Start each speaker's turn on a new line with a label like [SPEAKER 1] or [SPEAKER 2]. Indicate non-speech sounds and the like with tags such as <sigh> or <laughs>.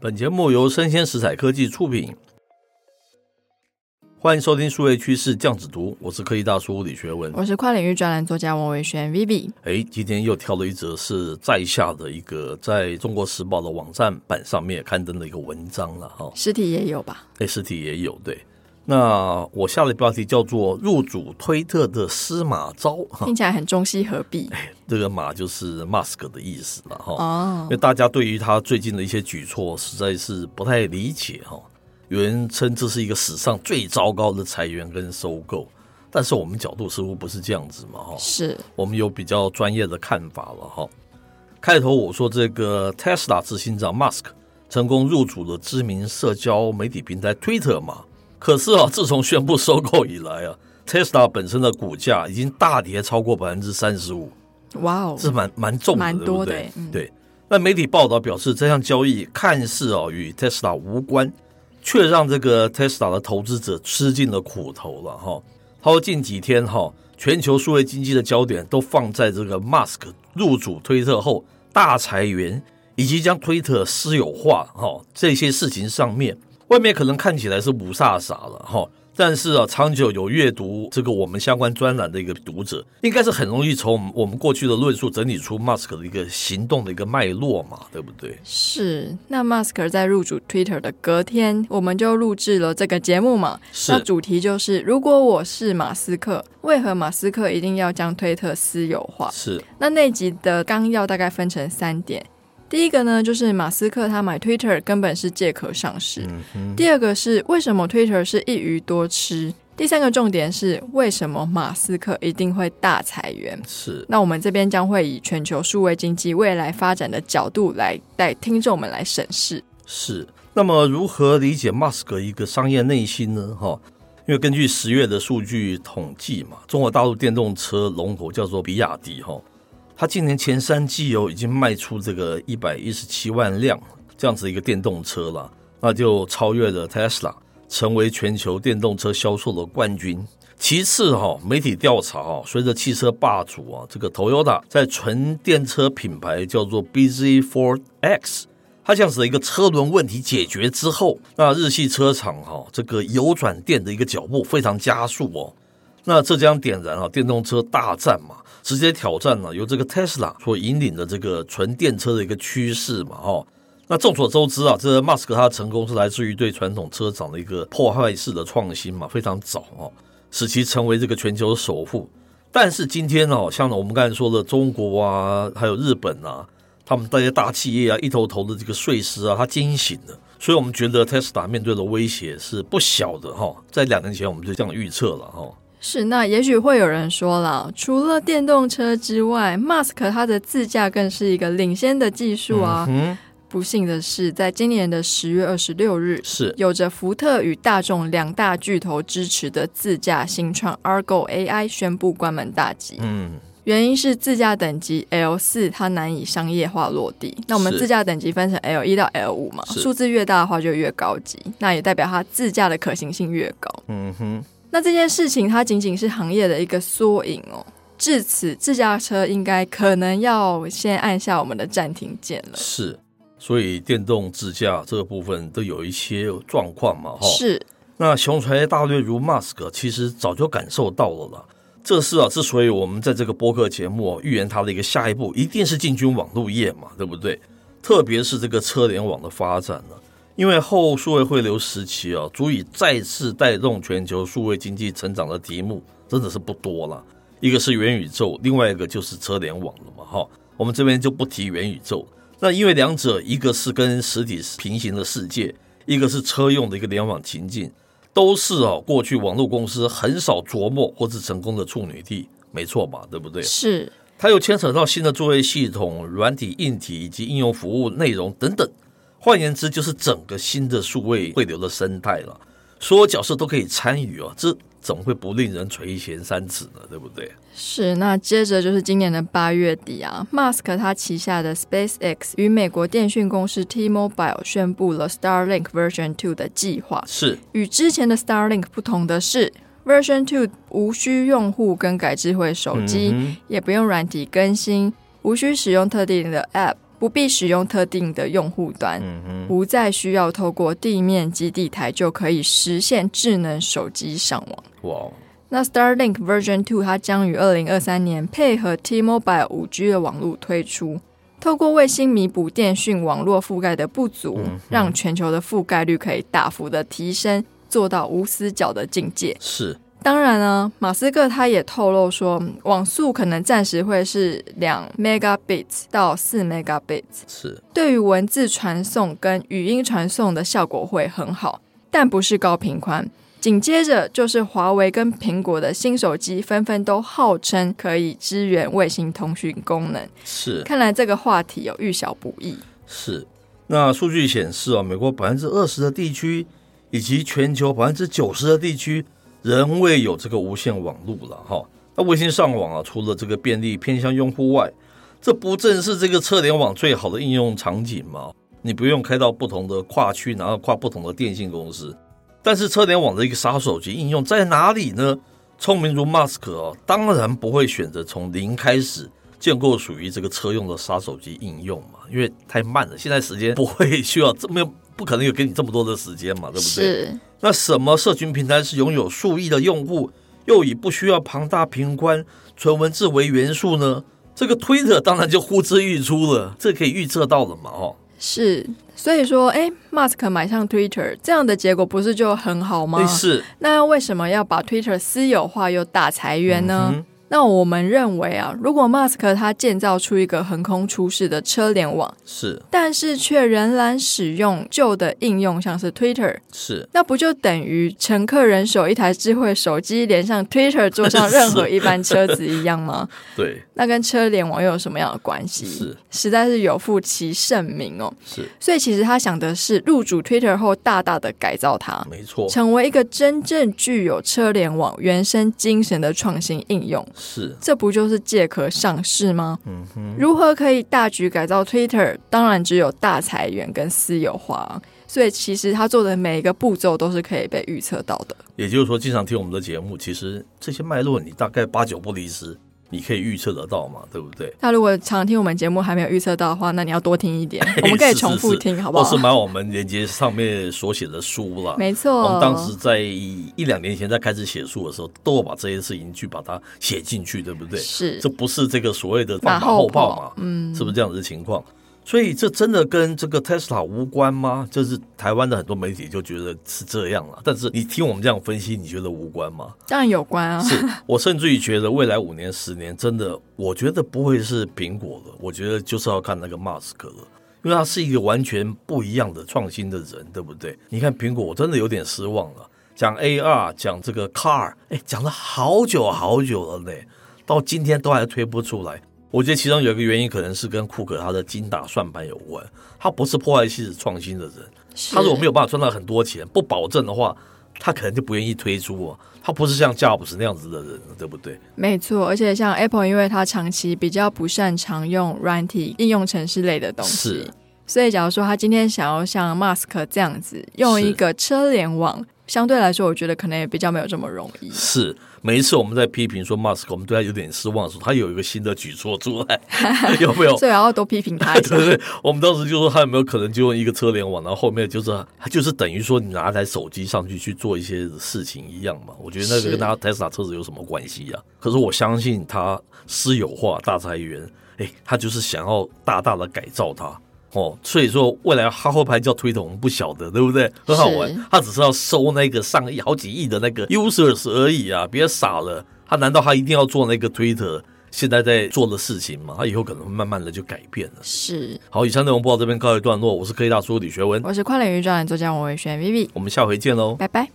[SPEAKER 1] 本节目由生鲜食材科技出品，欢迎收听数位趋势酱子读，我是科技大叔李学文。
[SPEAKER 2] 我是跨领域专栏作家王伟轩 Vivi。
[SPEAKER 1] 哎，今天又挑了一则是在下的一个在中国时报的网站版上面刊登的一个文章了哈、
[SPEAKER 2] 实体也有吧？
[SPEAKER 1] 哎，实体也有对。那我下的标题叫做“入主推特的司马昭”哈，
[SPEAKER 2] 听起来很中西合璧
[SPEAKER 1] 这个马就是 Mask 的意思了哈。
[SPEAKER 2] 哦
[SPEAKER 1] 因为。大家对于他最近的一些举措实在是不太理解哈、有人称这是一个史上最糟糕的裁员跟收购，但是我们角度似乎不是这样子嘛哈、
[SPEAKER 2] 是
[SPEAKER 1] 我们有比较专业的看法了哈、开头我说这个 Tesla 执行长 Musk 成功入主了知名社交媒体平台 Twitter 嘛，可是啊，自从宣布收购以来啊，Tesla 本身的股价已经大跌超过百分之三十五。
[SPEAKER 2] 哇哦，
[SPEAKER 1] 是蛮蛮重的，
[SPEAKER 2] 蛮多
[SPEAKER 1] 对不
[SPEAKER 2] 的
[SPEAKER 1] 对
[SPEAKER 2] 欸？嗯
[SPEAKER 1] 对。那媒体报道表示，这项交易看似哦与 Tesla 无关，却让这个 Tesla 的投资者吃尽了苦头了哈、他说近几天哈、全球数位经济的焦点都放在这个 Musk 入主推特后大裁员，以及将推特私有化哈、这些事情上面。外面可能看起来是不飒飒了哈、但是啊，长久有阅读这个我们相关专栏的一个读者，应该是很容易从我们我们过去的论述整理出 Musk 的一个行动的一个脉络嘛，对不对？
[SPEAKER 2] 是。那 Musk 在入主 Twitter 的隔天，我们就录制了这个节目嘛。那主题就是：如果我是马斯克，为何马斯克一定要将推特私有化？
[SPEAKER 1] 是
[SPEAKER 2] 那那集的纲要大概分成三点。第一个呢，就是马斯克他买 Twitter 根本是借壳上市。第二个是为什么 Twitter 是一鱼多吃。第三个重点是为什么马斯克一定会大裁员。
[SPEAKER 1] 是，
[SPEAKER 2] 那我们这边将会以全球数位经济未来发展的角度来带听众们来审视。
[SPEAKER 1] 是。那么如何理解 Musk 一个商业内心呢？哈、因为根据十月的数据统计嘛，中国大陆电动车龙头叫做比亚迪哈、它今年前三季哦已经卖出这个一百一十七万辆这样子一个电动车了，那就超越了 Tesla，成为全球电动车销售的冠军。其次哈、媒体调查哈、随着汽车霸主啊这个 Toyota 在纯电车品牌叫做 BZ4X。它这样子的一个车轮问题解决之后，那日系车厂哈、这个油转电的一个脚步非常加速哦。那这将点燃啊电动车大战嘛，直接挑战了、由这个 Tesla 所引领的这个纯电车的一个趋势嘛，哈、那众所周知啊，这个 Musk 他的成功是来自于对传统车厂的一个破坏式的创新嘛，非常早哦，使其成为这个全球首富。但是今天哦，像我们刚才说的中国啊，还有日本啊，他们这些大企业啊，一头头的这个税师啊，他惊醒了，所以我们觉得 Tesla 面对的威胁是不小的哈、在两年前我们就这样预测了哈、
[SPEAKER 2] 是，那也许会有人说了，除了电动车之外，Mask 它的自驾更是一个领先的技术啊。
[SPEAKER 1] 嗯，
[SPEAKER 2] 不幸的是，在今年的十月二十六日，
[SPEAKER 1] 是
[SPEAKER 2] 有着福特与大众两大巨头支持的自驾新创 Argo AI 宣布关门大吉。
[SPEAKER 1] 嗯，
[SPEAKER 2] 原因是自驾等级 L 四它难以商业化落地。那我们
[SPEAKER 1] 是
[SPEAKER 2] 自驾等级分成 L 一到 L 五嘛，
[SPEAKER 1] 是
[SPEAKER 2] 数字越大的话就越高级，那也代表它自驾的可行性越高。
[SPEAKER 1] 嗯哼，
[SPEAKER 2] 那这件事情它仅仅是行业的一个缩影哦。至此，自驾车应该可能要先按下我们的暂停键了。
[SPEAKER 1] 是。所以电动自驾这个部分都有一些状况嘛，哈。
[SPEAKER 2] 是，
[SPEAKER 1] 那雄才大略如 Musk，其啊实早就感受到了啦。这是啊，之所以我们在这个播客节目、哦、预言他的一个下一步，一定是进军网络业嘛，对不对？特别是这个车联网的发展呢、因为后数位汇流时期啊，足以再次带动全球数位经济成长的题目，真的是不多了。一个是元宇宙，另外一个就是车联网了嘛，哈。我们这边就不提元宇宙，那因为两者一个是跟实体平行的世界，一个是车用的一个联网情境，都是哦，过去网络公司很少琢磨或是成功的处女地，没错嘛，对不对？
[SPEAKER 2] 是
[SPEAKER 1] 它又牵扯到新的作业系统、软体、硬体以及应用服务内容等等。换言之，就是整个新的数位汇流的生态了，所有角色都可以参与哦，这怎么会不令人垂涎三尺呢？对不对？
[SPEAKER 2] 是，那接着就是今年的八月底啊，Musk 他旗下的 SpaceX 与美国电讯公司 T-Mobile 宣布了 Starlink Version 2的计划。
[SPEAKER 1] 是
[SPEAKER 2] 与之前的 Starlink 不同的是，Version 2无需用户更改智慧手机，
[SPEAKER 1] 嗯哼
[SPEAKER 2] 也不用软体更新，无需使用特定的 App，不必使用特定的用户端，
[SPEAKER 1] 嗯
[SPEAKER 2] 不再需要透过地面基地台就可以实现智能手机上网。
[SPEAKER 1] 哇哦，
[SPEAKER 2] 那 Starlink Version Two 它将于二零二三年配合 T-Mobile 五 G 的网络推出，透过卫星弥补电讯网络覆盖的不足，让全球的覆盖率可以大幅的提升，做到无死角的境界。
[SPEAKER 1] 是
[SPEAKER 2] 当然呢，马斯克他也透露说，嗯网速可能暂时会是两 megabits 到四 megabits，
[SPEAKER 1] 是，
[SPEAKER 2] 对于文字传送跟语音传送的效果会很好，但不是高频宽。紧接着就是华为跟苹果的新手机纷纷都号称可以支援卫星通讯功能，
[SPEAKER 1] 是
[SPEAKER 2] 看来这个话题有遇小不易。
[SPEAKER 1] 是。那数据显示啊，美国百分之二十的地区以及全球百分之九十的地区仍未有这个无线网络了哈。那卫星上网啊，除了这个便利偏向用户外，这不正是这个车联网最好的应用场景吗？你不用开到不同的跨区，然后跨不同的电信公司。但是车联网的一个杀手级应用在哪里呢？聪明如马斯克哦，当然不会选择从零开始建构属于这个车用的杀手级应用嘛，因为太慢了，现在时间不会需要这么不可能有给你这么多的时间嘛，对不对？
[SPEAKER 2] 是，
[SPEAKER 1] 那什么社群平台是拥有数亿的用户，又以不需要庞大频宽、纯文字为元素呢？这个推特当然就呼之欲出了，这可以预测到了嘛？哦，
[SPEAKER 2] 是，所以说，哎，马斯克买上 Twitter 这样的结果不是就很好吗？
[SPEAKER 1] 是
[SPEAKER 2] 那为什么要把 Twitter 私有化又大裁员呢？
[SPEAKER 1] 嗯哼
[SPEAKER 2] 那我们认为啊，如果马斯克他建造出一个横空出世的车联网，
[SPEAKER 1] 是
[SPEAKER 2] 但是却仍然使用旧的应用，像是 Twitter，
[SPEAKER 1] 是，
[SPEAKER 2] 那不就等于乘客人手一台智慧手机连上 Twitter 坐上任何一班车子一样吗？
[SPEAKER 1] 对，
[SPEAKER 2] 那跟车联网又有什么样的关系？
[SPEAKER 1] 是
[SPEAKER 2] 实在是有负其盛名哦。
[SPEAKER 1] 是
[SPEAKER 2] 所以其实他想的是入主 Twitter 后，大大的改造它。
[SPEAKER 1] 没错，
[SPEAKER 2] 成为一个真正具有车联网原生精神的创新应用。
[SPEAKER 1] 是
[SPEAKER 2] 这不就是借壳上市吗？
[SPEAKER 1] 嗯
[SPEAKER 2] 如何可以大举改造 Twitter？当然只有大裁员跟私有化啊、所以其实他做的每一个步骤都是可以被预测到的。
[SPEAKER 1] 也就是说，经常听我们的节目，其实这些脉络你大概八九不离十，你可以预测得到嘛，对不对？
[SPEAKER 2] 那如果常听我们节目还没有预测到的话，那你要多听
[SPEAKER 1] <laughs>
[SPEAKER 2] 一点，我们可以重复听，好不
[SPEAKER 1] 或
[SPEAKER 2] 好
[SPEAKER 1] 是？买我们连接上面所写的书啦。
[SPEAKER 2] 没错，
[SPEAKER 1] 我们当
[SPEAKER 2] 哦
[SPEAKER 1] 时在一一两年前在开始写书的时候，都有把这些事情去把它写进去，对不对？
[SPEAKER 2] 是
[SPEAKER 1] 这不是这个所谓的放
[SPEAKER 2] 马
[SPEAKER 1] 马
[SPEAKER 2] 后
[SPEAKER 1] 后炮
[SPEAKER 2] 炮
[SPEAKER 1] 嘛？嗯，是不是这样子的情况？所以这真的跟这个 Tesla 无关吗？就是台湾的很多媒体就觉得是这样了，但是你听我们这样分析，你觉得无关吗？
[SPEAKER 2] 当然有关啊，
[SPEAKER 1] 是我甚至于觉得未来五年、十年，真的，我觉得不会是苹果了，我觉得就是要看那个 Mask 了。因为他是一个完全不一样的创新的人，对不对？你看苹果，我真的有点失望了。讲 AR，讲这个 Car，哎，讲了好久好久了呢，到今天都还推不出来。我觉得其中有一个原因，可能是跟库克他的精打算盘有关。他不是破坏性创新的人，他如果没
[SPEAKER 2] 有
[SPEAKER 1] 有办法赚到很多钱，不保证的话，他可能就不愿意推出哦。他不是像 Jobs 那样子的人，对不对？
[SPEAKER 2] 没错，而且像 Apple，因为它长期比较不擅长用软体应用程式类的东西，
[SPEAKER 1] 是
[SPEAKER 2] 所以，假如说他今天想要像 Mask 这样子，用一个车联网，相对来说，我觉得可能也比较没有这么容易。
[SPEAKER 1] 是，每一次我们在批评说 Musk，我们对他有点失望的时候，他有一个新的举措出来， <laughs> 有没有？
[SPEAKER 2] 所以我要多批评 <laughs> 他一
[SPEAKER 1] 对 <laughs>
[SPEAKER 2] 下。
[SPEAKER 1] 对对，我们当时就说他有没有可能就用一个车联网，然后后面就是他就是等于说你拿台手机上去去做一些事情一样嘛。我觉得那
[SPEAKER 2] 是
[SPEAKER 1] 个跟他 Tesla 车子有什么关系呀、可是我相信他私有化大裁员，哎，他就是想要大大的改造它。哦，所以说未来他后排叫推特，我们不晓得，对不对？很好玩
[SPEAKER 2] 是，
[SPEAKER 1] 他只是要收那个上亿、好几亿的那个 users 而已啊！别傻了，他难道他一定要做那个推特现在在做的事情吗？他以后可能会慢慢的就改变了。
[SPEAKER 2] 是，
[SPEAKER 1] 好，以上内容播到这边告一段落。我是科技大叔李学文，
[SPEAKER 2] 我是跨领域专栏作家王伟轩 Vivi，
[SPEAKER 1] 我们下回见喽。
[SPEAKER 2] 拜拜。